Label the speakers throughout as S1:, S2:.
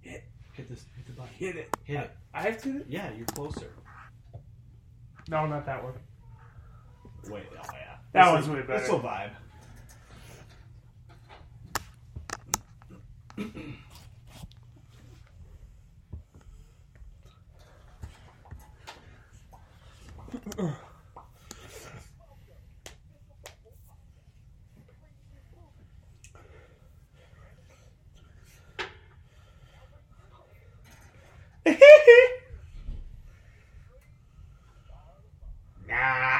S1: Hit, hit this, hit the button.
S2: Hit it.
S1: Hit it.
S2: I have to.
S1: Yeah, you're closer.
S2: No, not that one.
S1: Wait, oh yeah.
S2: That
S1: This
S2: one's way
S1: will-
S2: better.
S1: This will vibe.
S2: Nah.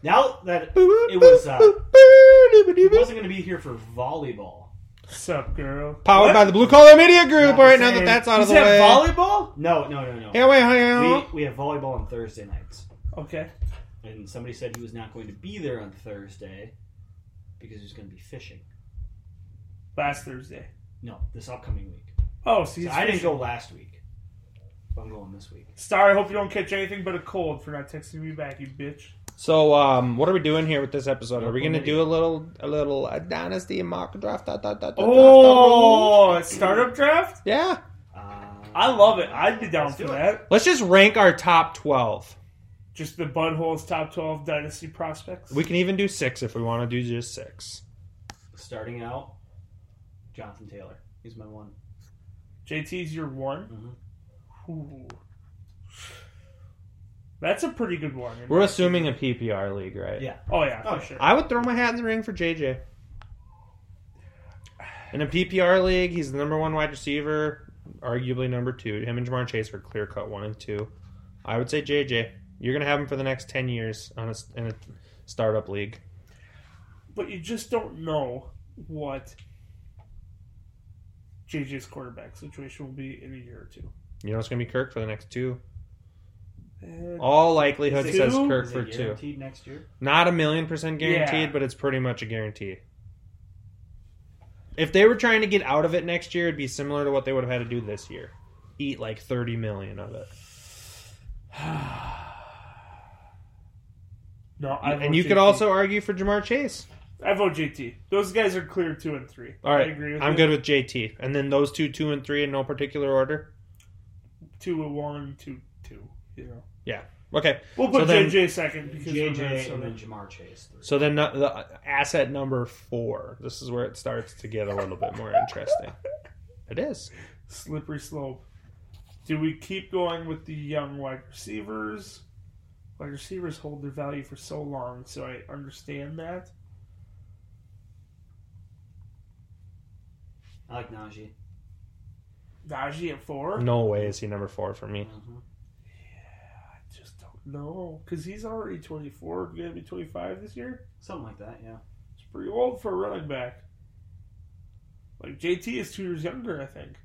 S1: Now that it was, uh, it wasn't going to be here for volleyball.
S2: Sup, girl?
S3: Powered by the Blue Collar Media Group.
S2: Yeah,
S3: All right, now
S2: same.
S3: that that's out of
S1: Is
S3: the
S1: that
S3: way.
S1: volleyball? No, no, no, no.
S3: yeah, wait, uh-huh. hang on.
S1: We, we have volleyball on Thursday nights,
S2: Okay.
S1: and somebody said he was not going to be there on Thursday because he was going to be fishing.
S2: Last Thursday.
S1: No, this upcoming week.
S2: Oh, so,
S1: So
S2: he's
S1: I didn't
S2: fishing.
S1: go last week. But I'm going this week.
S2: Star, I hope you don't catch anything but a cold for not texting me back, you bitch.
S3: So, um, what are we doing here with this episode? Are we
S1: Local
S3: gonna
S1: media.
S3: do a little, a little uh, dynasty and mock draft? Da, da, da, da,
S1: Oh,
S3: da, da.
S2: Oh, startup draft?
S3: yeah.
S1: Uh,
S2: I love it. I'd be down
S1: Let's
S2: for
S1: do it.
S2: that.
S3: Let's just rank our top twelve.
S2: Just the buttholes top twelve dynasty prospects.
S3: We can even do six if we want to do just six.
S1: starting out, Jonathan Taylor. He's my one.
S2: JT's your one.
S1: Mm-hmm.
S2: Ooh. That's a pretty good one.
S3: We're assuming a PPR league, right?
S1: Yeah.
S2: oh yeah, for
S1: Oh,
S2: sure.
S3: I would throw my hat in the ring for JJ. In a PPR league, he's the number one wide receiver, arguably number two. Him and Jamar Chase were clear cut one and two. I would say JJ. You're gonna have him for the next ten years on a, in a startup league.
S2: but you just don't know what JJ's quarterback situation will be in a year or two.
S3: You know it's gonna be Kirk for the next two.
S2: Uh,
S3: All likelihood
S2: Is it
S3: says
S2: two?
S3: Kirk
S1: Is
S3: for
S1: it
S3: two.
S1: guaranteed next year?
S3: Not a million percent guaranteed,
S2: Yeah.
S3: but it's pretty much a guarantee. If they were trying to get out of it next year, it'd be similar to what they would have had to do this year. Eat like thirty million of it.
S2: no, I vote
S3: and you
S2: JT.
S3: could also argue for Jamar Chase.
S2: I vote JT. Those guys are clear two and three.
S3: All right,
S2: I agree with
S3: I'm
S2: you.
S3: good with JT, and then those two, two and three, in no particular order.
S2: Two and one, two two. You know,
S3: Yeah. Okay.
S2: we'll put
S3: So then-
S2: JJ second because we're
S1: JJ and
S2: Minnesota.
S1: then Jamar Chase. Three.
S3: So then the, the asset number four. This is where it starts to get a little bit more interesting. It is.
S2: slippery slope. Do we keep going with the young wide receivers? Wide receivers hold their value for so long, so I understand that.
S1: I like Najee.
S2: Najee at four?
S3: No way is he number four for me.
S1: Mhm.
S2: I just don't know. Because he's already 24, going to be 25 this year.
S1: Something like that, yeah.
S2: It's pretty old for a running back. Like, JT is two years younger, I think.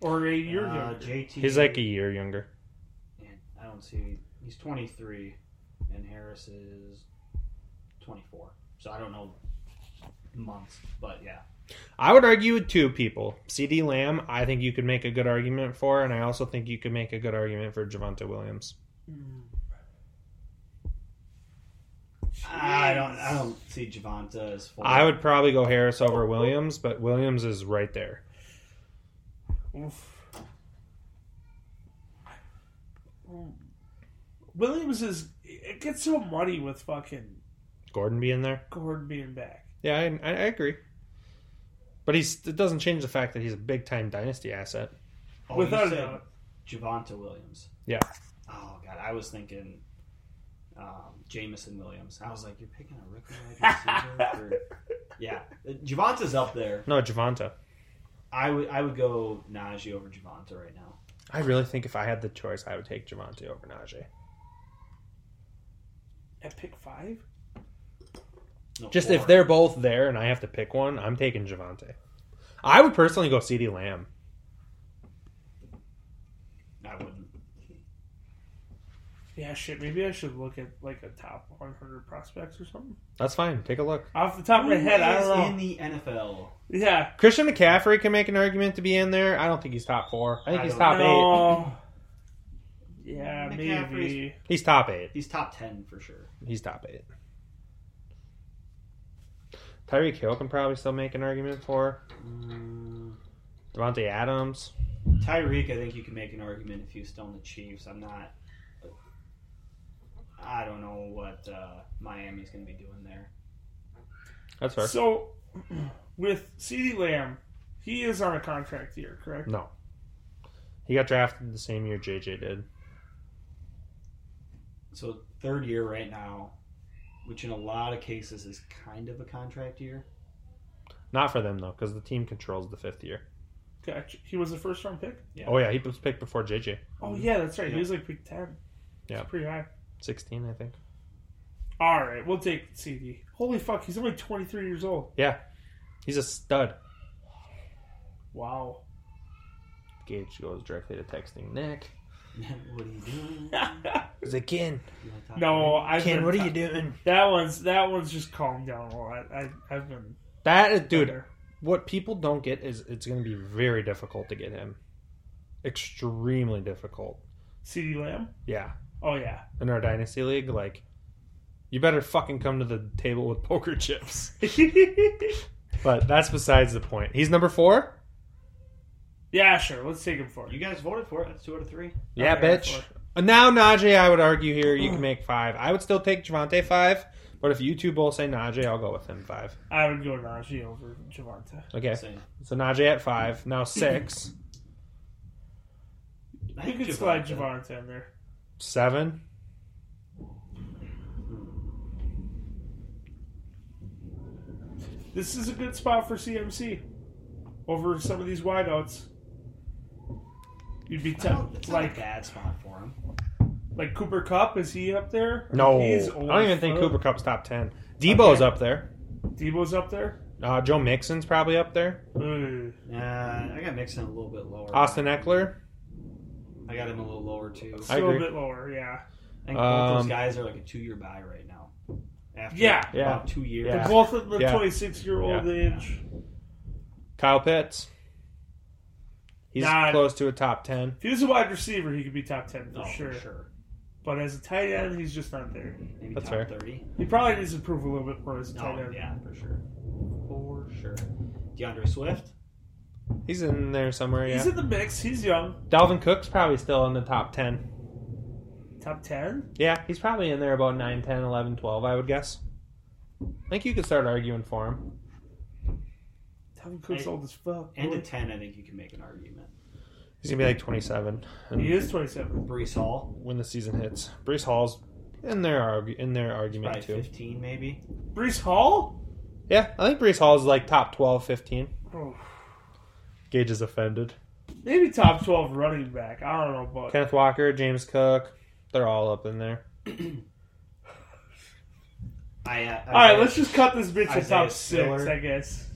S2: Or a year
S1: uh,
S2: younger.
S1: JT.
S3: He's like a year younger.
S1: Yeah, I don't see. He's 23, and Harris is 24. So I don't know months, but yeah.
S3: I would argue with two people. CD Lamb, I think you could make a good argument for, and I also think you could make a good argument for Javante Williams.
S1: I don't. I don't see Javante as. Full.
S3: I would probably go Harris over Williams, but Williams is right there.
S2: Oof. Williams is. It gets so muddy with fucking
S3: Gordon being there.
S2: Gordon being back.
S3: Yeah, I, I I agree. But he's it doesn't change the fact that he's a big time dynasty asset.
S1: Oh, you
S2: Without a
S1: said
S2: doubt.
S1: Javante Williams.
S3: Yeah.
S1: Oh God, I was thinking um, Jamison Williams. I was like, you're picking a rookie wide receiver. for... Yeah, Javante's up there.
S3: No, Javante.
S1: I would. I would go Najee over Javante right now.
S3: I really think if I had the choice, I would take Javante over Najee.
S2: At pick five?
S1: No,
S3: Just
S1: four.
S3: if they're both there and I have to pick one, I'm taking Javante. I would personally go CD Lamb.
S1: I wouldn't.
S2: Yeah, shit. Maybe I should look at like a top 100 prospects or something.
S3: That's fine. Take a look.
S2: Off the top of my head, I
S1: Who
S2: don't
S1: is
S2: know.
S1: in the NFL?
S2: Yeah,
S3: Christian McCaffrey can make an argument to be in there. I don't think he's top four. I think
S1: I
S3: he's
S1: don't
S3: top eight.
S2: no. Yeah,
S1: McCaffrey's-
S2: maybe.
S3: He's top eight.
S1: He's top ten for sure.
S3: He's top eight. Tyreek Hill can probably still make an argument for
S1: Mm,
S3: Devontae Adams.
S1: Tyreek, I think you can make an argument if he was still in the Chiefs. I'm not. I don't know what uh, Miami's going to be doing there.
S3: That's fair.
S2: So, with CeeDee Lamb, he is on a contract here, correct?
S3: No. He got drafted the same year JJ did.
S1: So third year right now, which in a lot of cases is kind of a contract year.
S3: Not for them though, because the team controls the fifth year.
S2: Gotcha. He was a first round pick?
S1: Yeah.
S3: Oh yeah, he was picked before JJ.
S2: Oh, yeah, that's right. He
S1: Yeah.
S2: was like pick 10.
S3: Mm-hmm. Yeah.
S2: It's pretty high.
S3: Sixteen, I think.
S2: All right, we'll take CD. Holy fuck, he's only 23 years old.
S3: Yeah. He's a stud.
S2: Wow.
S3: Gage goes directly to texting Nick.
S1: what are you doing?
S3: He's like, Ken,
S1: You wanna talk
S2: no,
S1: to me?
S2: I've been
S3: doing?
S2: That one's that one's just calmed down a lot. I, I've been
S3: That is, dude, what people don't get is it's going to be very difficult to get him. Extremely difficult.
S2: CD Lamb.
S3: Yeah.
S2: Oh yeah,
S3: In our Dynasty League, like, you better fucking come to the table with poker chips. but that's besides the point. He's number four?
S2: yeah, sure. Let's take him for it.
S1: You guys voted for it. That's two out of three.
S3: Yeah,
S2: Okay,
S3: bitch.
S2: four.
S3: And Uh, Now Najee, I would argue here, you can make five. I would still take Javante five, but if you two both say Najee, I'll go with him five.
S2: I would go Najee over Javante.
S3: Okay.
S1: Same.
S3: So Najee at five. Now six.
S1: I
S2: You
S1: think
S2: could slide
S1: Javante.
S2: Javante in there.
S3: seven.
S2: This is a good spot for CMC over some of these wideouts. You'd
S1: I
S2: be
S1: don't-
S2: tempted,
S1: It's not a
S2: like
S1: bad spot for him.
S2: like Cooper Cup. Is he up there?
S3: No.
S2: he's
S3: I don't even think Cooper
S2: old.
S3: Cup's top ten. Debo's
S2: Okay.
S3: up there.
S2: Debo's up there.
S3: Uh, Joe Mixon's probably up there.
S2: Ugh.
S1: Yeah, I got Mixon a little bit lower.
S3: Austin Eckler.
S1: I got him a little lower too.
S2: It's
S3: I
S2: a little
S3: agree.
S2: bit lower, yeah.
S1: I think both
S3: Um,
S1: those guys are like a two-year buy right now. After
S2: Yeah.
S1: about
S3: Yeah.
S1: two years.
S3: Yeah.
S2: They're both in the
S3: Yeah.
S2: 26 year old age.
S3: Kyle Pitts. He's
S2: Nah.
S3: close to a top ten.
S2: If he was a wide receiver, he could be top 10 for,
S1: No,
S2: sure.
S1: Oh, for sure.
S2: But as a tight end, he's just not there.
S1: Maybe
S3: That's
S1: top
S3: fair.
S1: thirty.
S2: He probably needs to improve a little bit more as a tight
S1: No,
S2: end.
S1: yeah, for sure. For sure. DeAndre Swift.
S3: He's in there somewhere. Yeah.
S2: He's in the mix. He's young.
S3: Dalvin Cook's probably still in the top ten.
S2: Top 10?
S3: Yeah, he's probably in there about 9, 10, 11, 12, I would guess. I think you could start arguing for him.
S2: Dalvin Cook's
S1: Hey.
S2: old as fuck.
S1: And
S2: boy.
S1: at ten, I think you can make an argument.
S3: He's going to be like 27 and
S2: He is 27.
S1: Brees Hall,
S3: when the season hits. Brees Hall's in their, argu- in their
S1: probably
S3: argument, too.
S1: fifteen, maybe.
S2: Brees Hall?
S3: Yeah, I think Brees Hall's like top 12, 15.
S2: Oh,
S3: Gage is offended.
S2: maybe top 12 running back. I don't know, but.
S3: Kenneth Walker, James Cook, they're all up in there.
S1: I, uh,
S2: All right, let's just cut this bitch to
S1: Isaiah
S2: top 6,
S1: Spiller.
S2: I guess.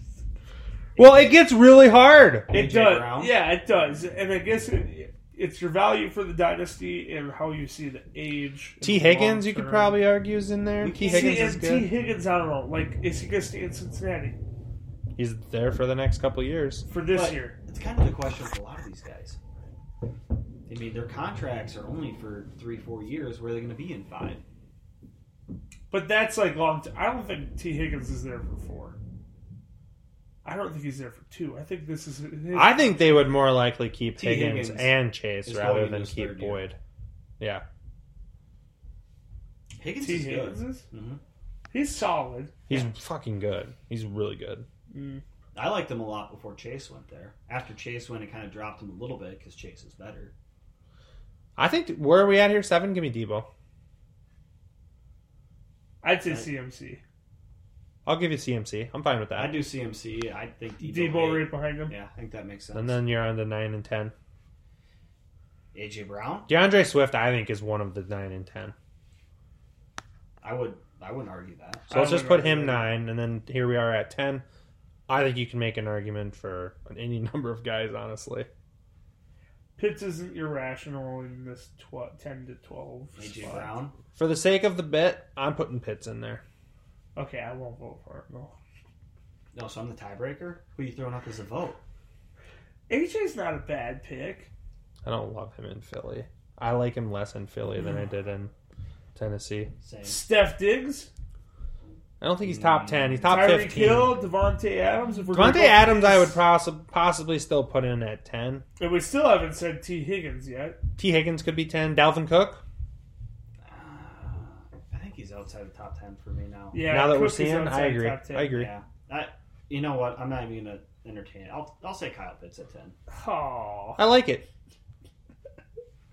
S3: Well, it gets really hard.
S2: It
S1: AJ
S2: does.
S1: Brown?
S2: Yeah, it does. And I guess it, it's your value for the dynasty and how you see the age.
S3: T.
S2: in the long
S3: Higgins, you could
S2: term.
S3: probably argue, is in there.
S1: We
S3: T.
S1: can't-
S3: Higgins
S2: See,
S3: is
S2: and T.
S3: good.
S2: Higgins, I don't know. Like, is he going to stay in Cincinnati
S3: He's there for the next couple years.
S2: for this
S1: But-
S2: year?
S1: It's kind of the question with a lot of these guys. I mean, their contracts are only for three, four years. Where are they going to be in five?
S2: But that's like long. T- I don't think T. Higgins is there for four. I don't think he's there for two. I think this is. His,
S3: I think they would more likely keep
S1: T.
S3: Higgins,
S1: Higgins
S3: and Chase
S1: is
S3: rather
S1: going
S3: than
S1: into his
S3: keep
S1: third year.
S3: Boyd. Yeah.
S1: Higgins
S2: T.
S1: is
S2: Higgins
S1: good.
S2: is.
S1: hmm
S2: He's solid.
S3: He's fucking good. He's really good.
S1: I liked him a lot before Chase went there. After Chase went, it kind of dropped him a little bit because Chase is better.
S3: I think where are we at here? Seven. Give me Debo.
S2: I'd say
S1: I-
S2: CMC.
S3: I'll give you CMC. I'm fine with
S1: I
S3: that.
S1: do CMC. I think Debo.
S2: Debo
S1: eight.
S2: right behind him.
S1: Yeah, I think that makes sense.
S3: And then you're on to nine and ten.
S1: AJ Brown.
S3: DeAndre Swift, I think, is one of the nine and ten.
S1: I would. I wouldn't argue that.
S3: So let's
S2: I
S3: just
S2: would
S3: put him
S2: argue.
S3: nine, and then here we are at ten. I think you can make an argument for any number of guys, honestly.
S2: Pitts isn't irrational in this tw- 10 to 12.
S1: AJ
S2: spot.
S1: Brown.
S3: For the sake of the bet, I'm putting Pitts in there.
S2: Okay, I won't vote for him, though.
S1: No, so I'm the tiebreaker. Who you throwing up as a vote?
S2: AJ's not a bad pick.
S3: I don't love him in Philly. I like him less in Philly than
S2: Mm.
S3: I did in Tennessee.
S1: Same.
S2: Steph Diggs,
S3: I don't think he's top ten. He's top
S2: Mm. Tyreek
S3: fifteen.
S2: Hill, Devontae Adams. If we're gonna
S3: Devontae
S2: go-
S3: Adams, I would possi- possibly still put in at ten.
S2: And we still haven't said T. Higgins yet.
S3: T. Higgins could be ten. Dalvin Cook.
S1: Uh, I think he's outside the top ten for me now.
S2: Yeah,
S3: now that
S2: Cook
S3: we're
S2: is
S3: seeing, I
S2: outside
S3: agree.
S2: top 10.
S3: I agree.
S1: Yeah. I, you know what? I'm not even gonna entertain it. I'll I'll say Kyle Pitts at ten.
S2: Aw.
S3: I like it.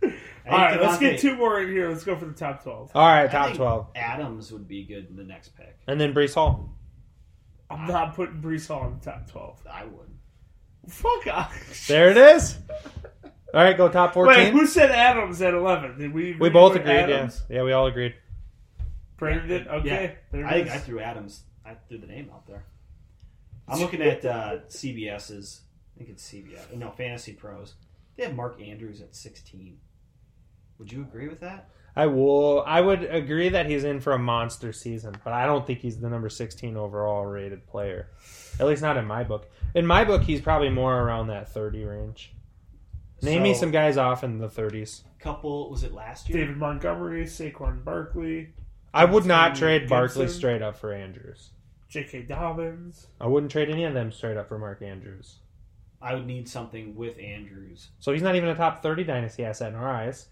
S1: I
S2: All right,
S1: think
S2: let's
S1: Devontae-
S2: get two more in here. Let's go for the top 12.
S3: All right,
S1: I
S3: top
S1: think
S3: twelve,
S1: Adams would be good in the next pick.
S3: and then Brees Hall.
S2: I'm not putting Brees Hall in the top 12.
S1: I would.
S2: Fuck off.
S3: There it is. All right, go top
S2: Wait,
S3: fourteen.
S2: who said Adams at 11? Did we
S3: we
S2: agree
S3: both
S2: with
S3: agreed. Yeah.
S2: Adams?
S3: yeah, we all agreed.
S2: Brandon,
S1: Yeah.
S2: okay. There
S1: I
S2: it
S1: think
S2: is.
S1: I threw Adams. I threw the name out there. I'm looking at uh, CBS's. I think it's CBS. No, Fantasy Pros. They have Mark Andrews at 16. Would you agree with that?
S3: I will. I would agree that he's in for a monster season, but I don't think he's the number sixteen overall rated player. At least not in my book. In my book, he's probably more around that thirty range. Name me
S1: So,
S3: some guys off in the thirties.
S1: couple. Was it last year?
S2: David Montgomery, Saquon Barkley,
S3: I would not
S2: Gibson.
S3: trade Barkley straight up for Andrews.
S2: J.K. Dobbins.
S3: I wouldn't trade any of them straight up for Mark Andrews.
S1: I would need something with Andrews.
S3: So he's not even a top thirty dynasty asset in our eyes.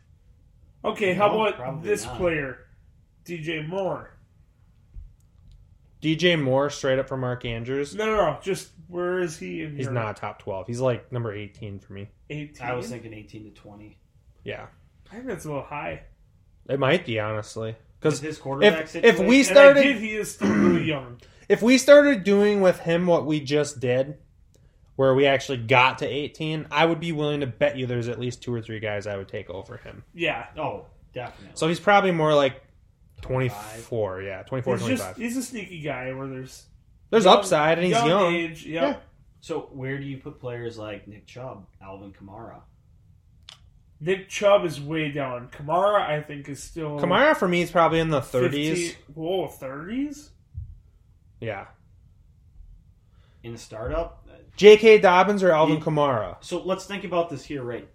S2: Okay, how
S1: No,
S2: about
S1: probably
S2: this
S1: not.
S2: player, DJ Moore?
S3: DJ Moore straight up for Mark Andrews.
S2: No, no, no. Just where is he? In
S3: He's
S2: your
S3: not top twelve. He's like number eighteen for me.
S2: 18.
S1: I was thinking 18 to 20.
S3: Yeah,
S2: I think that's a little high.
S3: it might be honestly
S1: Because
S3: because
S1: his quarterback
S3: if if
S1: situation-
S3: we
S2: And I
S3: started
S2: did. He is still really young.
S3: if we started doing with him what we just did, where we actually got to 18, I would be willing to bet you there's at least two or three guys I would take over him.
S2: Yeah,
S1: Oh, definitely.
S3: So he's probably more like 24, yeah, 24,
S2: he's
S3: 25.
S2: just he's a sneaky guy. Where there's
S3: there's
S2: young-
S3: upside and he's young.
S2: Age, yep.
S1: so where do you put players like Nick Chubb, Alvin Kamara?
S2: Nick Chubb is way down. Kamara, I think, is still
S3: Kamara for me is probably in the 30s.
S2: 15 Whoa, thirties.
S3: Yeah.
S1: In a startup,
S3: J.K. Dobbins or Alvin
S1: Yeah.
S3: Kamara?
S1: So let's think about this here, right?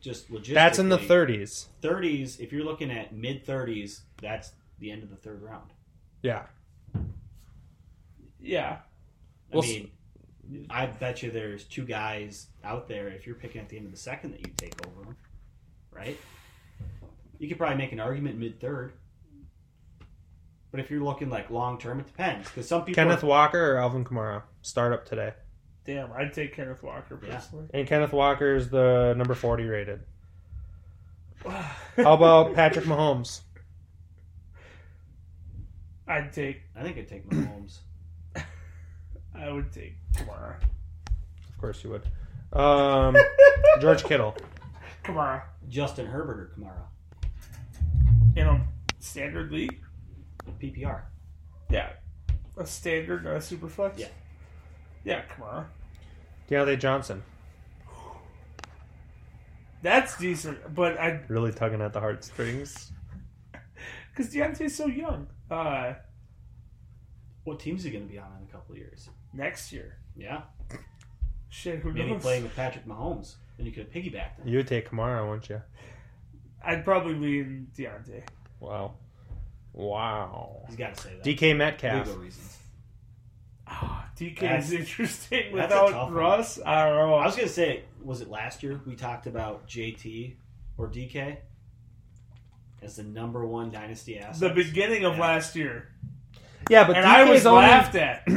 S1: Just logistically.
S3: That's in the 30s.
S1: 30s. If you're looking at mid 30s, that's the end of the third round.
S3: Yeah.
S2: Yeah,
S1: I
S3: Well, s-
S1: mean, I bet you there's two guys out there if you're picking at the end of the second that you take over them, right? You could probably make an argument mid third. But if you're looking like long term, it depends because some people.
S3: Kenneth Walker or Alvin Kamara? Start up today.
S2: damn. I'd take Kenneth Walker
S1: Yeah.
S2: personally.
S3: And Kenneth Walker is the number 40 rated. How about Patrick Mahomes?
S2: I'd take.
S1: I think I'd take Mahomes.
S2: I would take Kamara.
S3: Of course you would. Um, George Kittle.
S2: Kamara
S1: Justin Herbert or Kamara
S2: in a standard league.
S1: PPR.
S2: Yeah, a standard, not a super flex.
S1: Yeah.
S2: yeah, Kamara.
S3: Deontay Johnson.
S2: That's decent, but I
S3: Really tugging at the heartstrings.
S2: because Deontay's so young. Uh,
S1: What team's he going to be on in a couple of years?
S2: next year,
S1: Yeah,
S2: shit, who
S1: maybe
S2: knows?
S1: playing with Patrick Mahomes, then you could have piggybacked him.
S3: You would take Kamara, wouldn't you?
S2: I'd probably lean Deontay.
S3: Wow. Wow.
S1: He's got to say that.
S3: DK Metcalf.
S1: Legal reasons.
S2: Oh, DK
S1: That's-
S2: is interesting
S1: that's a tough
S2: without
S1: one.
S2: Russ. I don't know.
S1: I was gonna say, was it last year we talked about JT or DK as the number one dynasty
S2: the
S1: asset?
S2: beginning of
S1: Yeah.
S2: last year,
S3: Yeah, but
S2: and I was
S3: only-
S2: laughed at.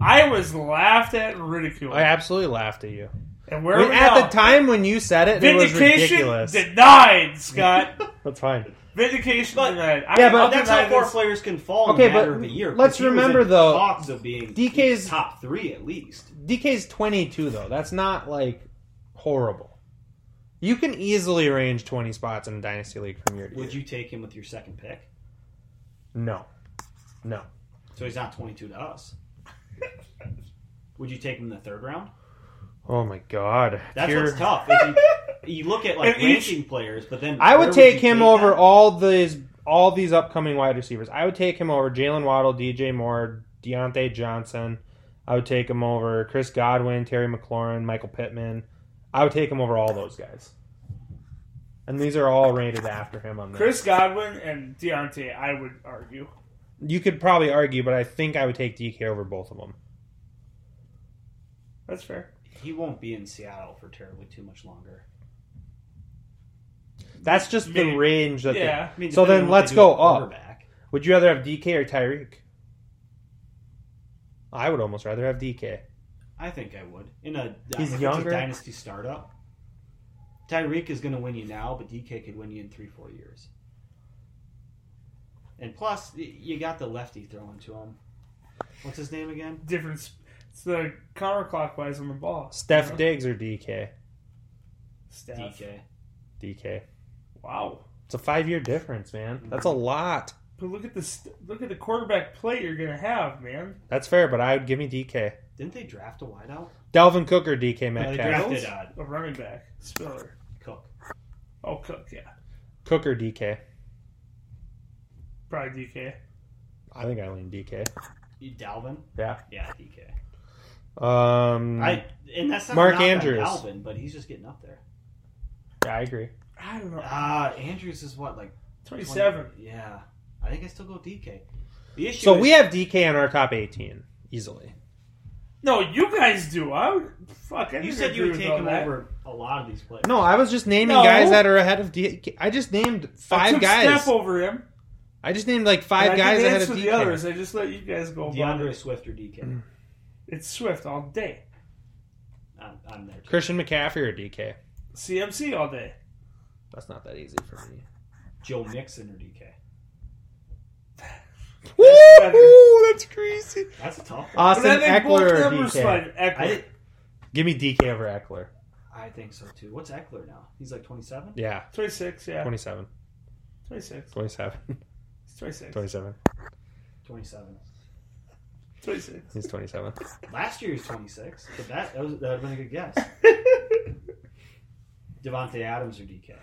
S2: I was laughed at and ridiculed.
S3: I absolutely laughed at you.
S2: and where
S3: When-
S2: are we
S3: at
S2: now?
S3: the time when you said it, it was
S2: vindication
S3: ridiculous.
S2: denied, Scott.
S3: That's fine.
S2: vindication
S1: But-
S2: denied. I
S3: Yeah,
S2: mean,
S3: but
S2: I'll
S1: that's
S2: deny
S1: how far
S2: this.
S1: players can fall
S3: Okay,
S1: in a matter
S3: but
S1: of a year. 'cause
S3: let's
S1: he was in
S3: remember, though,
S1: talks of being
S3: DK's
S1: top three at least.
S3: DK's 22 though. That's not like horrible. You can easily range 20 spots in a dynasty league from year to
S1: Would you
S3: year.
S1: take him with your second pick?
S3: No. No.
S1: So he's not twenty-two to us. Would you take him in the third round?
S3: Oh my god.
S1: That's
S3: Here-
S1: what's tough. If you, you look at like
S2: And each-
S1: ranking players, but then
S3: I
S1: where
S3: would take
S1: you
S3: him over
S1: that?
S3: all these all these upcoming wide receivers. I would take him over Jalen Waddle, DJ Moore, Deontay Johnson. I would take him over Chris Godwin, Terry McLaurin, Michael Pittman. I would take him over all those guys. And these are all rated after him on this.
S2: Chris Godwin and Deontay, I would argue.
S3: you could probably argue, but I think I would take DK over both of them.
S2: That's fair.
S1: He won't be in Seattle for terribly too much longer.
S3: That's just the
S2: Maybe.
S3: range that. they-
S2: Yeah.
S1: I mean,
S3: So
S1: depending
S3: then
S1: on what
S3: let's
S1: they do
S3: go
S1: at
S3: up.
S1: quarterback.
S3: would you rather have DK or Tyreek? I would almost rather have DK.
S1: I think I would. In a
S3: He's
S1: if it's a
S3: younger.
S1: dynasty startup. Tyreek is going to win you now, but DK could win you in three, four years. And plus, y- you got the lefty throwing to him. What's his name again?
S2: Difference. It's the counterclockwise on the ball.
S3: Steph
S2: You know?
S3: Diggs or DK?
S2: Steph.
S1: DK.
S3: DK.
S2: Wow.
S3: It's a five year difference, man. That's a lot.
S2: But look at the st- look at the quarterback play you're gonna have, man.
S3: That's fair, but I would give me DK.
S1: Didn't they draft a wideout?
S3: Dalvin Cook or DK
S1: No, they
S3: Metcalf?
S1: drafted uh,
S2: A running back, Spiller.
S1: Cook.
S2: Oh, Cook, yeah,
S3: Cook or DK?
S2: probably DK.
S3: I think I lean DK.
S1: You- Dalvin?
S3: Yeah.
S1: Yeah, DK.
S3: Um,
S1: I and that's not
S3: Mark
S1: a knock on
S3: Andrews.
S1: Dalvin, but he's just getting up there.
S3: yeah, I agree.
S2: I don't know.
S1: Ah, Andrews is what like 20
S2: Twenty-seven.
S1: Yeah, I think I still go DK. The issue.
S3: So
S1: is,
S3: we have DK in our top 18 easily.
S2: No, you guys do. I would. Fuck. I
S1: You
S2: didn't
S1: said you
S2: agree
S1: would
S2: with
S1: take
S2: all
S1: him
S2: that.
S1: over a lot of these players.
S3: No, I was just naming
S2: No.
S3: guys that are ahead of DK. I just named
S2: I
S3: five
S2: took
S3: guys.
S2: Steph over him.
S3: I just named like
S2: and
S3: five
S2: I
S3: guys
S2: didn't
S3: ahead of
S2: answer
S3: DK.
S2: the others. I just let you guys go. about
S1: DeAndre
S2: it.
S1: Swift or DK.
S3: Mm.
S2: It's Swift all day.
S1: I'm, I'm there. Too.
S3: Christian McCaffrey or DK?
S2: CMC all day.
S3: That's not that easy for me.
S1: Joe Mixon or DK.
S3: Woo! That's crazy.
S1: That's a tough. One.
S2: But I
S3: Austin
S2: think both
S3: Eckler or
S2: numbers
S3: DK?
S2: slide Eckler.
S1: I did,
S3: Give me DK over Eckler.
S1: I think so too. What's Eckler now? He's like 27.
S3: Yeah,
S2: Twenty-six. Yeah.
S3: 27.
S2: Twenty-six.
S3: 27.
S2: It's Twenty-six.
S3: 27.
S1: 27.
S2: Twenty-six.
S3: He's 27.
S1: Last year he was 26, but that that, was, that would have been a good guess. Devontae Adams or DK.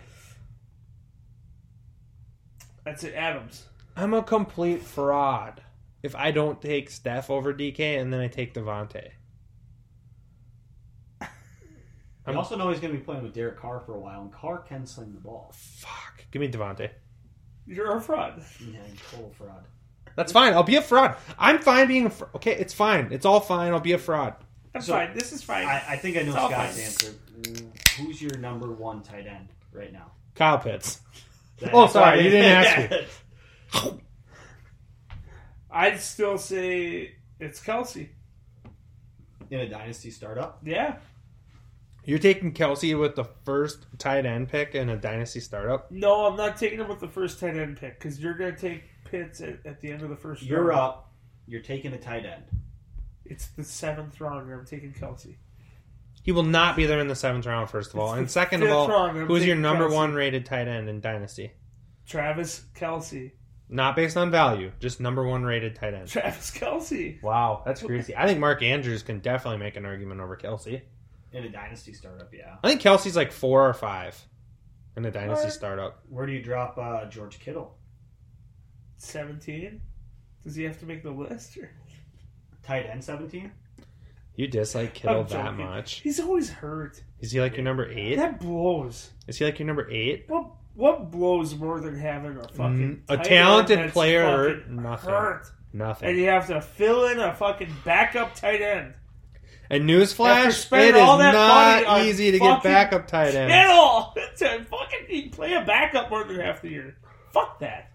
S2: That's it. Adams.
S3: I'm a complete fraud if I don't take Steph over DK and then I take Devontae.
S1: I
S3: I'm-
S1: also know he's going to be playing with Derek Carr for a while, and Carr can sling the ball.
S3: Fuck. Give me Devontae.
S2: You're a fraud.
S1: Yeah, he's total fraud.
S3: That's fine. I'll be a fraud. I'm fine being a fraud. Okay, it's fine. It's all fine. I'll be a fraud.
S2: That's
S1: So,
S2: fine. This is fine.
S1: I, I think I know
S2: It's all
S1: Scott's
S2: fine.
S1: answer. Who's your number one tight end right now?
S3: Kyle Pitts.
S1: That-
S3: Oh, sorry, you didn't ask me.
S2: I'd still say it's Kelsey.
S1: In a dynasty startup,
S2: Yeah.
S3: You're taking Kelsey with the first tight end pick in a dynasty startup.
S2: No, I'm not taking him with the first tight end pick because you're going to take Pitts at, at the end of the first
S1: you're
S2: round.
S1: up. You're taking a tight end.
S2: It's the seventh round and I'm taking Kelsey.
S3: He will not be there in the seventh round, first of all.
S2: It's
S3: And
S2: the
S3: second of
S2: fifth
S3: all,
S2: round. I'm
S3: who is your
S2: taking
S3: number
S2: Kelsey.
S3: one rated tight end in Dynasty?
S2: Travis Kelsey.
S3: Not based on value, just number one rated tight end.
S2: Travis Kelsey.
S3: Wow, that's crazy. I think Mark Andrews can definitely make an argument over Kelsey.
S1: In a dynasty startup, yeah.
S3: I think Kelsey's like four or five in a dynasty
S2: Alright.
S3: startup.
S1: Where do you drop uh, George Kittle?
S2: 17. Does he have to make the list? Or?
S1: Tight end 17?
S3: You dislike Kittle
S2: I'm
S3: that
S2: joking.
S3: much?
S2: He's always hurt.
S3: Is he like your number eight?
S2: That blows.
S3: Is he like your number eight?
S2: What what blows more than having a fucking
S3: Mm,
S2: tight
S3: a
S2: end
S3: talented
S2: that's
S3: player or
S2: fucking
S3: nothing.
S2: hurt, and
S3: Nothing.
S2: you have to fill in a fucking backup tight end. After
S3: And newsflash,
S2: spending
S3: it is
S2: all that money
S3: not
S2: on
S3: easy to get
S2: fucking
S3: backup tight
S2: at
S3: ends.
S2: all. To fucking he play a backup more than half the year. Fuck that.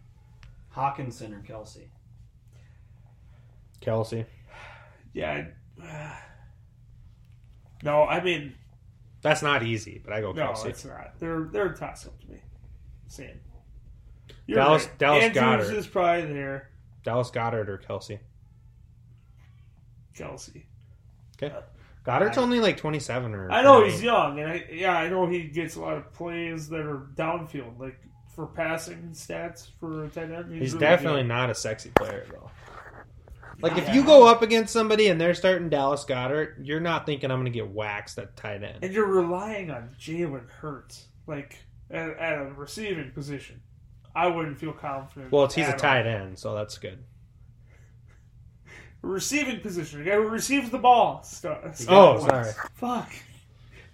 S1: Hawkinson or Kelsey?
S3: Kelsey.
S2: Yeah. I- no, I mean
S3: That's not easy, but I go
S2: no,
S3: Kelsey.
S2: it's not. They're they're a toss up to me. Sam.
S3: Dallas- Dallas
S2: Andrews
S3: Goddard.
S2: is probably there.
S3: Dallas Goddard or Kelsey.
S2: Kelsey.
S3: Okay. Goddard's only like 27 or.
S2: I know
S3: 28.
S2: he's young, and I yeah, I know he gets a lot of plays that are downfield, like for passing stats for a tight end.
S3: He's
S2: really
S3: definitely
S2: good.
S3: not a sexy player, though. Like if you go up against somebody and they're starting Dallas Goddard, you're not thinking I'm going to get waxed at tight end.
S2: And you're relying on Jalen Hurts, like at, at a receiving position. I wouldn't feel confident.
S3: Well, it's, he's
S2: at
S3: a
S2: all.
S3: tight end, so that's good.
S2: receiving position. The guy who receives the ball. St- st-
S3: Oh,
S2: once.
S3: sorry.
S2: Fuck.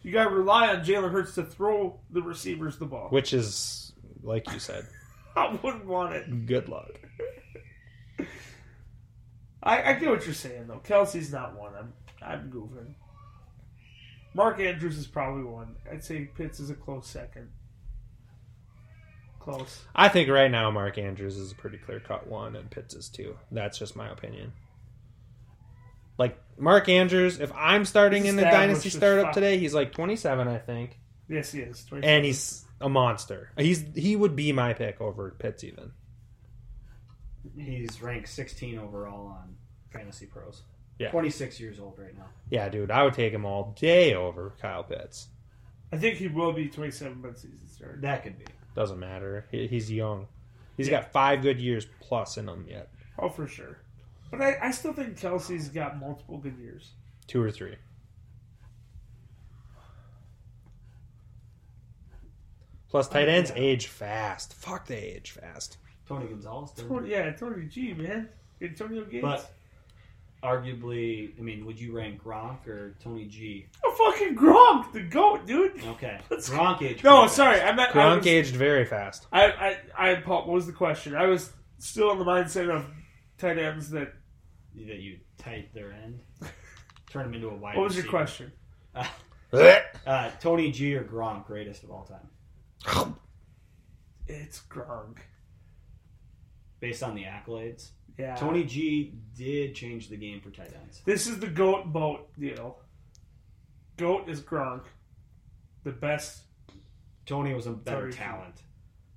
S2: You gotta rely on Jalen Hurts to throw the receivers the ball.
S3: Which is, like you said,
S2: I wouldn't want it.
S3: good luck.
S2: I, I get what you're saying though. Kelsey's not one. I'm I'm goofing. Mark Andrews is probably one. I'd say Pitts is a close second. Close.
S3: I think right now Mark Andrews is a pretty clear cut one, and Pitts is two. That's just my opinion. Like Mark Andrews, if I'm starting
S2: He's
S3: in the
S2: established
S3: dynasty
S2: as
S3: startup
S2: fuck.
S3: today, he's like 27, I think,
S2: Yes, he is. 20.
S3: and he's a monster. He's he would be my pick over Pitts even.
S1: He's ranked 16 overall on Fantasy Pros.
S3: Yeah.
S1: 26 years old right now.
S3: Yeah, dude, I would take him all day over Kyle Pitts.
S2: I think he will be 27 by the season start.
S1: That could be.
S3: Doesn't matter. He, he's young. He's
S2: Yeah.
S3: got five good years plus in him yet,
S2: Oh, for sure. But I, I still think Kelsey's got multiple good years.
S3: two or three. Plus, tight ends
S2: Yeah.
S3: age fast. Fuck, they age fast.
S1: Tony Gonzalez did.
S2: Tor- yeah, Tony G, man. Antonio Gates.
S1: But arguably, I mean, would you rank Gronk or Tony G?
S2: oh, fucking Gronk, the GOAT, dude.
S1: Okay.
S2: Let's-
S1: Gronk age.
S2: No, sorry. I meant I,
S3: Gronk
S2: was,
S3: aged very fast.
S2: I, I, I, Paul, what was the question? I was still in the mindset of tight ends that.
S1: That you tight their end. Turn him into a wide
S2: What was your
S1: receiver.
S2: question?
S1: Uh, Tony G or Gronk, greatest of all time,
S2: It's Gronk.
S1: based on the accolades.
S2: Yeah.
S1: Tony G did change the game for tight ends.
S2: This is the GOAT boat deal. GOAT is Gronk. The best.
S1: Tony was a better
S2: Tony G.
S1: talent.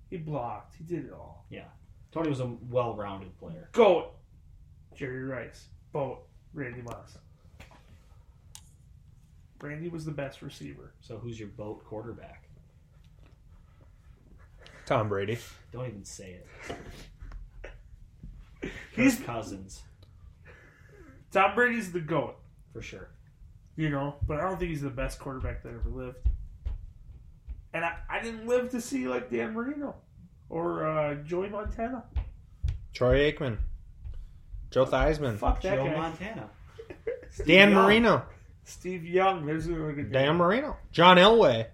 S2: He blocked. He did it all.
S1: Tony was a well-rounded player.
S2: GOAT. Jerry Rice. Boat. Randy Moss. Randy was the best receiver.
S1: So who's your boat quarterback?
S3: Tom Brady.
S1: Don't even say it.
S2: He's
S1: He's Cousins
S2: Tom Brady's the GOAT,
S1: for sure.
S2: you know, but I don't think he's the best quarterback that ever lived. And I, I didn't live to see like Dan Marino or uh, Joey Montana.
S3: Troy Aikman. Joe Theismann.
S2: Fuck that
S1: Joe
S2: guy.
S1: Montana.
S3: Dan
S2: Young.
S3: Marino.
S2: Steve Young. There's another good guy.
S3: Dan Marino. John Elway.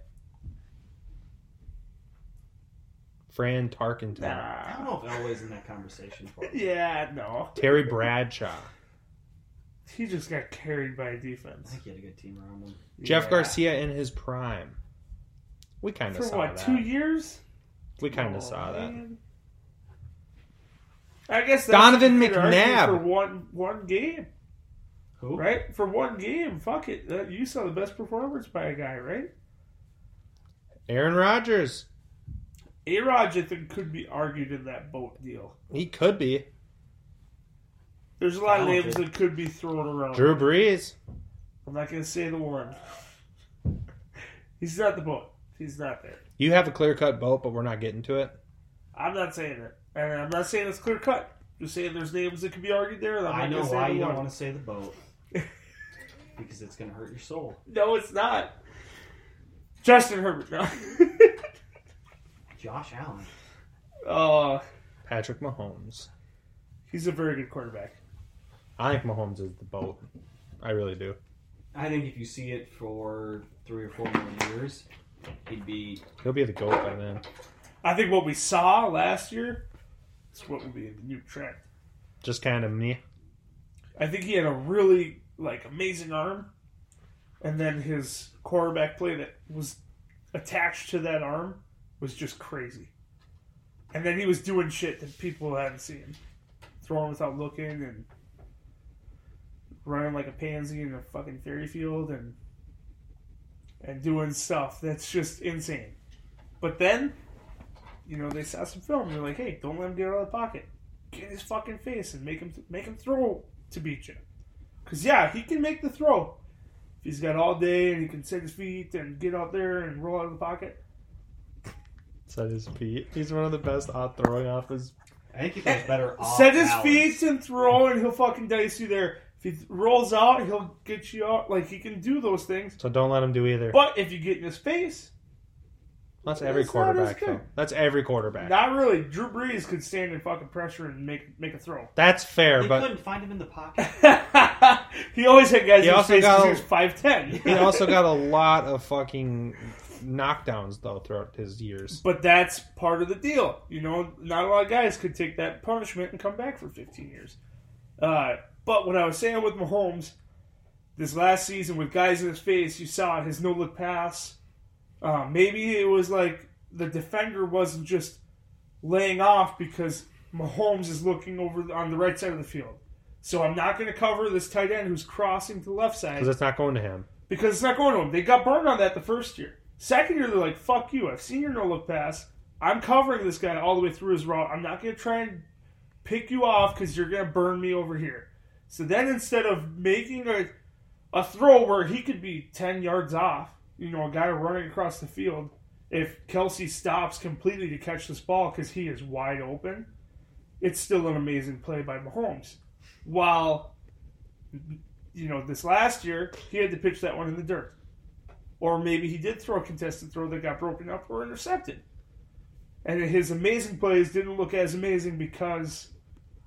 S3: Fran Tarkenton.
S1: I don't
S2: Nah.
S1: know if Elway's in that conversation for me.
S2: Yeah, no.
S3: Terry Bradshaw.
S2: He just got carried by
S1: I
S2: defense.
S1: think he had a good team around him.
S3: Jeff
S2: Yeah.
S3: Garcia in his prime. We kind of
S2: For
S3: saw
S2: what,
S3: that.
S2: two years?
S3: we kind of
S2: Oh,
S3: saw that.
S2: man. I guess that's
S3: Donovan
S2: you could argue
S3: McNabb.
S2: for one one game,
S1: Who?
S2: right? For one game, fuck it. Uh, You saw the best performance by a guy, right?
S3: Aaron Rodgers.
S2: A Rod, I think, could be argued in that boat deal.
S3: He could be.
S2: There's a lot of names
S1: Talented.
S2: that could be thrown around.
S3: Drew Brees.
S2: I'm not going to say the one. He's not the boat. He's not there.
S3: You have a clear cut boat, but we're not getting to it.
S2: I'm not saying it. And I'm not saying it's clear cut. Just saying there's names that could be argued there. and I'm
S1: I
S2: not
S1: know
S2: gonna say
S1: why
S2: the
S1: you don't
S2: one.
S1: want to say the boat. because it's going to hurt your soul.
S2: No, it's not. Justin Herbert. No.
S1: Josh Allen.
S2: uh,
S1: Oh.
S3: Patrick Mahomes.
S2: he's a very good quarterback.
S3: I think Mahomes is the boat. I really do.
S1: I think if you see it for three or four more years, he'd be.
S3: He'll be the goat by then.
S2: I think what we saw last year is what will be the new trend.
S3: Just kind of me.
S2: I think he had a really like amazing arm, and then his quarterback play that was attached to that arm was just crazy. And then he was doing shit that people hadn't seen, throwing without looking and running like a pansy in a fucking fairy field and and doing stuff that's just insane. But then, you know, they saw some film. and They're like, "Hey, don't let him get out of the pocket. Get his fucking face and make him make him throw to beat you. Because, yeah, he can make the throw. If he's got all day and he can set his feet and get out there and roll out of the pocket.
S3: Set his feet. He's one of the best off throwing off his
S1: I think he throws better off.
S2: Set his
S1: balance.
S2: feet and throw, and he'll fucking dice you there. If he rolls out, he'll get you out. Like he can do those things.
S3: So don't let him do either.
S2: But if you get in his face,
S3: That's every
S2: That's not as
S3: quarterback.
S2: good.
S3: though. That's every quarterback.
S2: not really. Drew Brees could stand in fucking pressure and make make a throw.
S3: That's fair,
S1: They
S3: but
S1: couldn't find him in the pocket.
S2: he always had guys
S3: He
S2: in his
S3: also
S2: face because
S3: got
S2: he
S3: a-
S2: was five ten.
S3: he also got a lot of fucking knockdowns though throughout his years.
S2: But that's part of the deal. You know, not a lot of guys could take that punishment and come back for 15 years. Uh, but what I was saying with Mahomes, this last season with guys in his face, you saw his no look pass. Uh, maybe it was like the defender wasn't just laying off because Mahomes is looking over on the right side of the field. So I'm not going to cover this tight end who's crossing to the left side
S3: Because it's not going to him.
S2: because it's not going to them. They got burned on that the first year. Second year, they're like, "Fuck you! I've seen your no look pass. I'm covering this guy all the way through his route. I'm not going to try and pick you off because you're going to burn me over here." So then, instead of making a a throw where he could be ten yards off, you know, a guy running across the field, if Kelsey stops completely to catch this ball because he is wide open, it's still an amazing play by Mahomes. While you know, this last year, he had to pitch that one in the dirt. Or maybe he did throw a contested throw that got broken up or intercepted. And his amazing plays didn't look as amazing because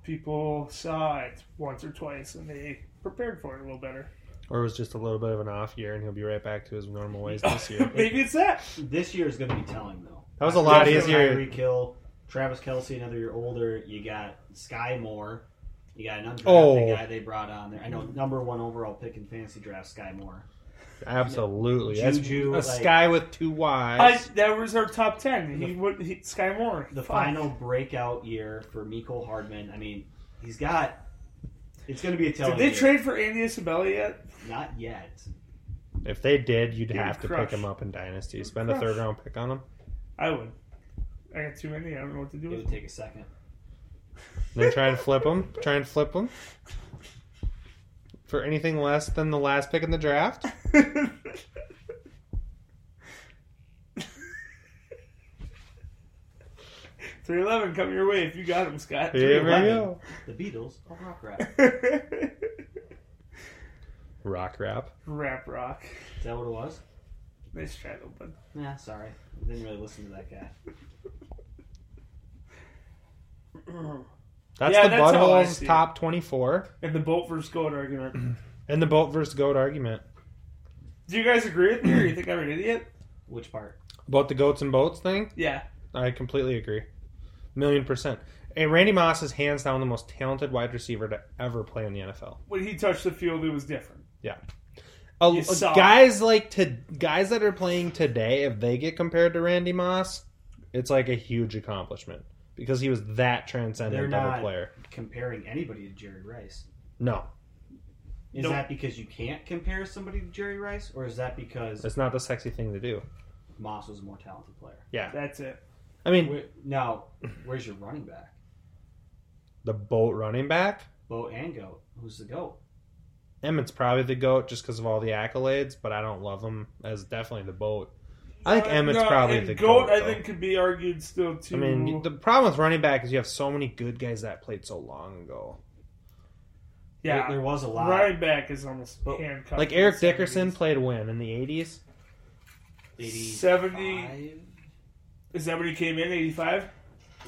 S2: people saw it once or twice and they prepared for it a little better.
S3: Or it was just a little bit of an off year and he'll be right back to his normal ways this year.
S2: maybe it's that.
S1: This year is going to be telling though.
S3: That was a lot
S1: After
S3: easier.
S1: Tyreek Hill, Travis Kelsey, another year older. You got Sky Moore. You got another
S3: Oh.
S1: guy they brought on there. I know number one overall pick in fantasy draft, Sky Moore.
S3: Absolutely.
S1: Juju,
S3: That's a
S1: like-
S3: sky with two
S2: I,
S3: Y's.
S2: that was our top 10. He would, he, Sky Moore.
S1: The
S2: Fuck.
S1: final breakout year for Miko Hardman. I mean, he's got. It's going to be a telling.
S2: Did they
S1: year.
S2: trade for Andy Isabella yet?
S1: Not yet.
S3: if they did, you'd
S2: Dude,
S3: have to
S2: crush.
S3: pick him up in Dynasty.
S2: Dude,
S3: Spend a
S2: crush.
S3: third round pick on him.
S2: I would. I got too many. I don't know what to do
S1: It
S2: with
S1: would take a second.
S3: Then try and flip him. Try and flip him. For anything less than the last pick in the draft?
S2: Three eleven, come your way if you got him, Scott.
S3: Here we
S1: 311.
S3: go.
S1: The Beatles Oh, are rock rap.
S3: Rock rap.
S2: Rap rock.
S1: Is that what it was?
S2: Nice try, though, bud.
S1: Nah, sorry. I didn't really listen to that guy.
S3: That's
S2: Yeah,
S3: the
S2: that's how I see
S3: Butthole's
S2: it.
S3: top 24
S2: And the boat versus goat argument.
S3: and the Bolt versus Goat argument.
S2: Do you guys agree with me, or you think I'm an idiot?
S1: Which part?
S3: About the goats and boats thing,
S2: Yeah.
S3: I completely agree. Million percent. And Randy Moss is hands down the most talented wide receiver to ever play in the NFL.
S2: When he touched the field, it was different.
S3: A-
S2: You saw.
S3: guys like to guys that are playing today, if they get compared to Randy Moss, it's like a huge accomplishment because he was that transcendent
S1: They're
S3: of a
S1: not-
S3: player.
S1: Comparing anybody to Jerry Rice.
S3: No,
S1: Is
S2: Nope.
S1: that because you can't compare somebody to Jerry Rice, or is that because
S3: it's not the sexy thing to do.
S1: Moss was a more talented player?
S3: Yeah,
S2: That's it.
S3: I mean
S1: Where, now, where's your running back?
S3: the boat running back.
S1: Bo and Goat. Who's the Goat?
S3: Emmett's probably the goat just because of all the accolades, but I don't love him as definitely the boat. I think
S2: Uh,
S3: Emmett's
S2: no,
S3: probably
S2: and
S3: the
S2: goat.
S3: goat.
S2: I
S3: though.
S2: think could be argued still too.
S3: I mean, the problem with running back is you have so many good guys that played so long ago.
S2: yeah,
S1: There, there was a lot.
S2: running back is almost
S1: But-
S2: handcuffed.
S3: Like
S2: in the
S3: Eric Dickerson
S2: 70s.
S3: played when in the eighties.
S1: 85?
S2: Is that when he came in? Eighty-five.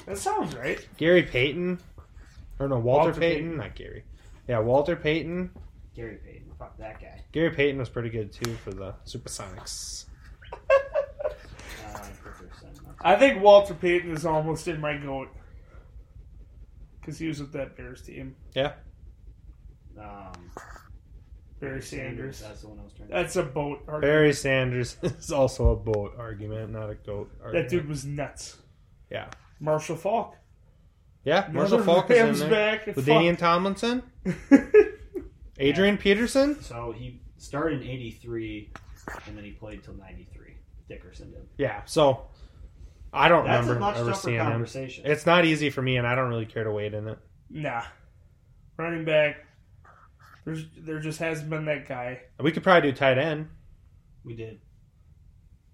S2: That sounds right.
S3: Gary Payton, or no Walter,
S2: Walter
S3: Payton,
S2: Payton.
S3: not Gary. Yeah, Walter Payton.
S1: Gary Payton. Fuck that guy.
S3: Gary Payton was pretty good too for the Supersonics.
S1: Uh, Dickerson.
S2: I think Walter Payton is almost in my goat because he was with that Bears team.
S1: Um,
S2: Barry Sanders.
S1: That's the one I was trying to
S2: That's a boat. argument.
S3: Barry Sanders is also a boat argument, not a goat.
S2: That
S3: Argument.
S2: dude was nuts.
S3: Yeah.
S2: Marshall Falk.
S3: Yeah, Marshall
S2: Another
S3: Falk is in
S2: Rams
S3: there.
S2: back.
S3: With
S2: Fuck.
S3: Damian Tomlinson, Adrian Peterson.
S1: So he started in 83, and then he played till 93. Dickerson did.
S3: Yeah, so I don't
S1: That's a
S3: remember
S1: much
S3: ever
S1: tougher
S3: seeing him.
S1: conversation.
S3: It's not easy for me, and I don't really care to wait in it.
S2: Nah. Running back. There's there just hasn't been that guy.
S3: We could probably do tight end.
S1: we did.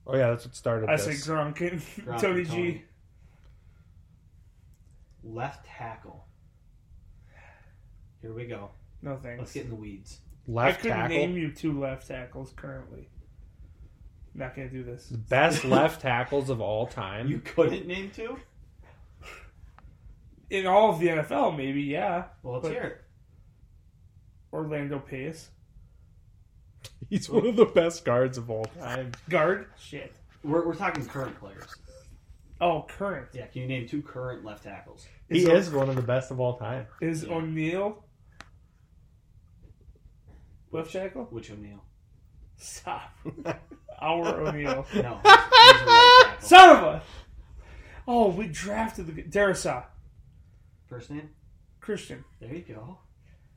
S3: Oh yeah, that's what started
S2: I say
S3: this.
S2: Gronk and
S1: Gronk
S2: Tony
S1: and
S2: G.
S1: Left tackle. Here we go.
S2: No
S1: Let's
S2: thanks.
S1: get in the weeds.
S2: I
S3: Left
S2: could
S3: tackle.
S2: name you two left tackles currently. Not gonna do this.
S3: The best left tackles of all time.
S1: You couldn't name two?
S2: In all of the NFL, maybe yeah.
S1: Well, let's
S2: But-
S1: hear it.
S2: Orlando Pace,
S3: He's one of the best guards of all time.
S2: guard. Shit.
S1: We're, we're talking current players.
S2: Oh, current
S1: Yeah, can you name two current left tackles?
S3: He
S2: O-
S3: is one of the best of all time.
S2: Is O'Neal left tackle?
S1: Which O'Neal?
S2: Stop. Our O'Neal.
S1: No. he's a right tackle.
S2: Son of a. Oh, we drafted the Darisaw
S1: First name?
S2: Christian.
S1: There you go.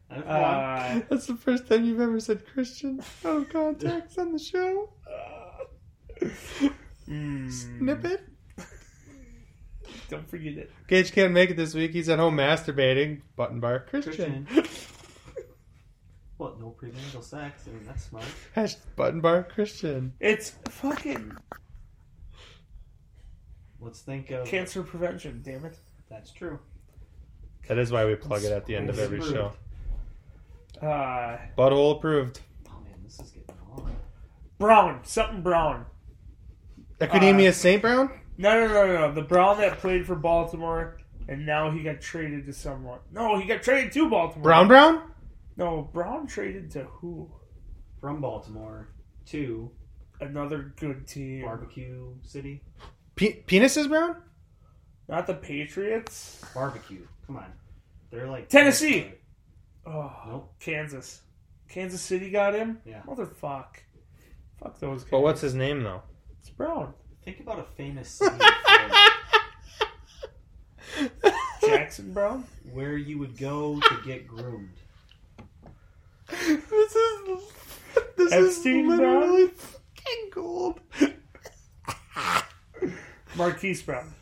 S1: Have fun.
S2: Uh,
S3: That's the first time you've ever said Christian out of context on the show. Hmm.
S2: mm,
S3: Snippet.
S2: Don't forget it.
S3: Gage can't make it this week. He's at home masturbating. Button bar Christian.
S1: Christian. what? No premarital sex? I mean, that's smart.
S3: Hash button bar Christian.
S2: It's fucking
S1: Let's think of.
S2: cancer prevention. Damn it.
S1: That's true.
S3: That is why we plug it at the end of every
S1: Approved.
S3: show.
S2: Uh,
S3: Butthole approved.
S1: Oh man, this is getting long.
S2: Brown. Something Brown.
S3: Uh, Academia St. Brown?
S2: No, no, no, no, no. The Brown that played for Baltimore, and now he got traded to someone. No, he got traded to Baltimore.
S3: Brown Brown?
S2: No, Brown traded to who?
S1: From Baltimore to
S2: Another good team.
S1: Barbecue City.
S3: Pe- penis is brown?
S2: Not the Patriots.
S1: Barbecue. Come on. They're like
S2: Tennessee! Oh,
S1: Nope.
S2: Kansas. Kansas City got him.
S1: Yeah.
S2: Motherfuck. Fuck those guys.
S3: But what's his name, though?
S2: It's Brown?
S1: Think about a famous city for
S2: Jackson Brown.
S1: where you would go to get groomed.
S3: this is this
S2: Epstein Brown?
S3: fucking gold.
S2: Marquise Brown.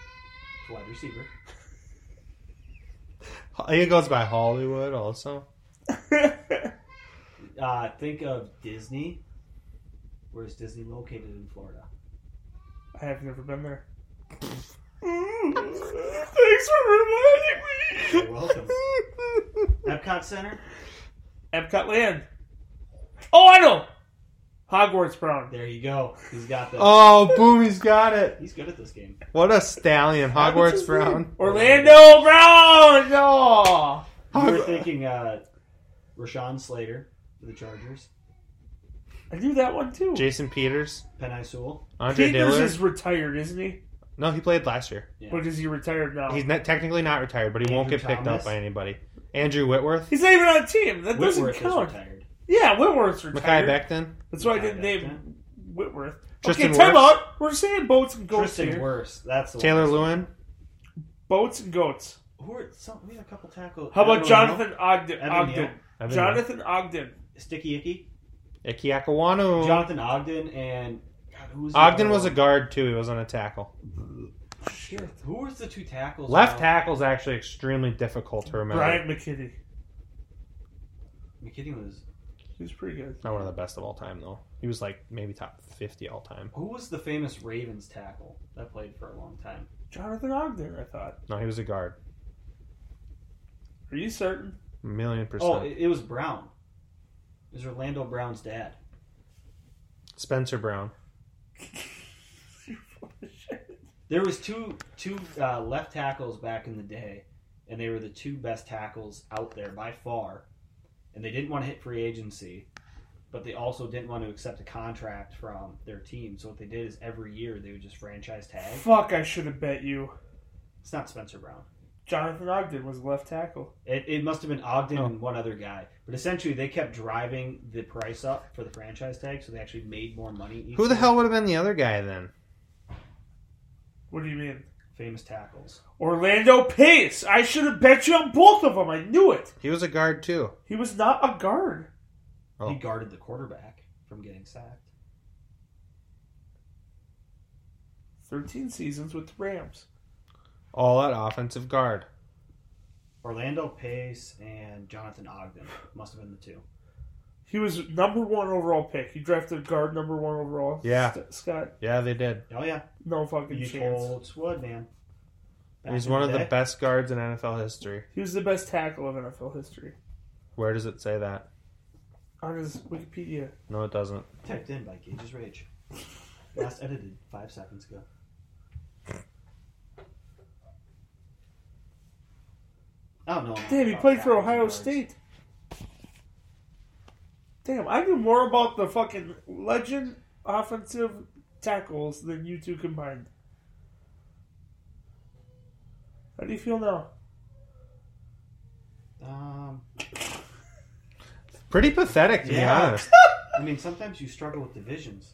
S1: Wide receiver.
S3: He goes by Hollywood also.
S1: Uh, think of Disney. Where is Disney located in Florida?
S2: I have never been there. Thanks for
S1: You're welcome. Epcot Center.
S2: Epcot Land. Oh, I know. Hogwarts Brown.
S1: There you go. He's got that.
S2: Uh,
S3: oh, boom! He's got it.
S1: He's good at this game.
S3: What a stallion,
S2: What's
S3: Hogwarts
S2: his name?
S3: Brown.
S2: Orlando Brown. No.
S1: We were
S3: Hog-
S1: thinking uh, Rashawn Slater for the Chargers.
S2: I knew that one too.
S3: Jason Peters,
S1: Penai Sewell.
S3: Andre
S2: Peters
S3: Dillard.
S2: is retired, isn't he?
S3: No, he played last year.
S1: Yeah.
S2: But is he retired now?
S3: He's not, technically not retired, but he won't
S1: Andrew
S3: get picked
S1: Thomas.
S3: up by anybody. Andrew Whitworth,
S2: He's not even on a team. That doesn't
S1: Whitworth is
S2: count.
S1: retired.
S2: Yeah, Whitworth's
S3: Makai
S2: retired.
S3: Becton,
S2: That's why I
S1: Makai
S2: didn't
S1: Becton.
S2: name Whitworth.
S3: Tristan
S2: okay, time
S3: Wirfs.
S2: out. We're saying boats and goats
S1: Tristan
S2: here.
S1: Wirfs. That's the
S3: Taylor
S1: One.
S3: Lewin,
S2: Boats and goats.
S1: Who are some? We had a couple tackles.
S2: How about
S1: Evan
S2: Jonathan Ogden?
S1: Evan
S2: Ogden.
S3: Evan
S2: Jonathan Ogden.
S1: Neal, Sticky Icky,
S3: Icky Akawanu.
S1: Jonathan Ogden, and God, who was the
S3: Oh. Ogden
S1: other
S3: was a
S1: one?
S3: guard too. He was on a tackle.
S2: Shit.
S1: Who was the two tackles?
S3: Left
S1: tackle.
S3: tackle's actually extremely difficult to remember.
S2: Brian McKitty.
S1: McKinney was.
S2: He's pretty good.
S3: Not one of the best of all time though. He was like maybe top fifty all time.
S1: Who was the famous Ravens tackle that played for a long time?
S2: Jonathan Ogden, I thought.
S3: No, he was a guard.
S2: Are you certain?
S3: A million percent.
S1: Oh, it, it was Brown. It was Orlando Brown's dad.
S3: Spencer Brown.
S1: There was two two uh, left tackles back in the day, and they were the two best tackles out there by far. And they didn't want to hit free agency, but they also didn't want to accept a contract from their team. So what they did is every year they would just franchise tag.
S2: Fuck, I should have bet you.
S1: It's not Spencer Brown.
S2: Jonathan Ogden was left tackle.
S1: It, it must have been Ogden
S3: Oh.
S1: and one other guy. But essentially, they kept driving the price up for the franchise tag, so they actually made more money. each
S3: Who the
S1: year.
S3: hell would have been the other guy then?
S2: What do you mean?
S1: Famous tackles.
S2: Orlando Pace. I should have bet you on both of them. I knew it.
S3: He was a guard too.
S2: He was not a guard.
S3: Oh.
S1: He guarded the quarterback from getting sacked.
S2: 13 seasons with the Rams.
S3: All at offensive guard.
S1: Orlando Pace and Jonathan Ogden must have been the two.
S2: He was number one overall pick. He drafted a guard number one overall.
S3: Yeah.
S2: St- Scott,
S3: Yeah, they did.
S1: Oh yeah,
S2: no fucking
S1: you
S2: chance.
S1: told Wood, man. back
S3: He's
S1: in
S3: one of the
S1: day.
S3: best guards in NFL history.
S2: He was the best tackle of NFL history
S3: Where does it say that?
S2: on his Wikipedia.
S3: No, it doesn't.
S1: Typed in by Gage's Rage. Last edited five seconds ago. Oh no!
S2: Damn, he played for Ohio State. Damn, I knew more about the fucking legend offensive tackles than you two combined. How do you feel now?
S1: Um,
S3: Pretty pathetic, to
S1: Yeah.
S3: be honest.
S1: I mean, sometimes you struggle with divisions.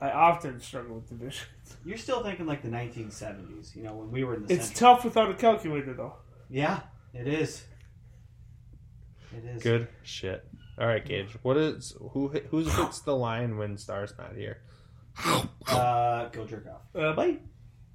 S2: I often struggle with division.
S1: You're still thinking like the 1970s, you know, when we were in the
S2: It's
S1: central.
S2: tough without a calculator, though.
S1: yeah, it is. It is.
S3: Good shit. All right, Gage. What is who? Who hits the line when Star's not here?
S1: Uh, go jerk off.
S2: Uh, bye.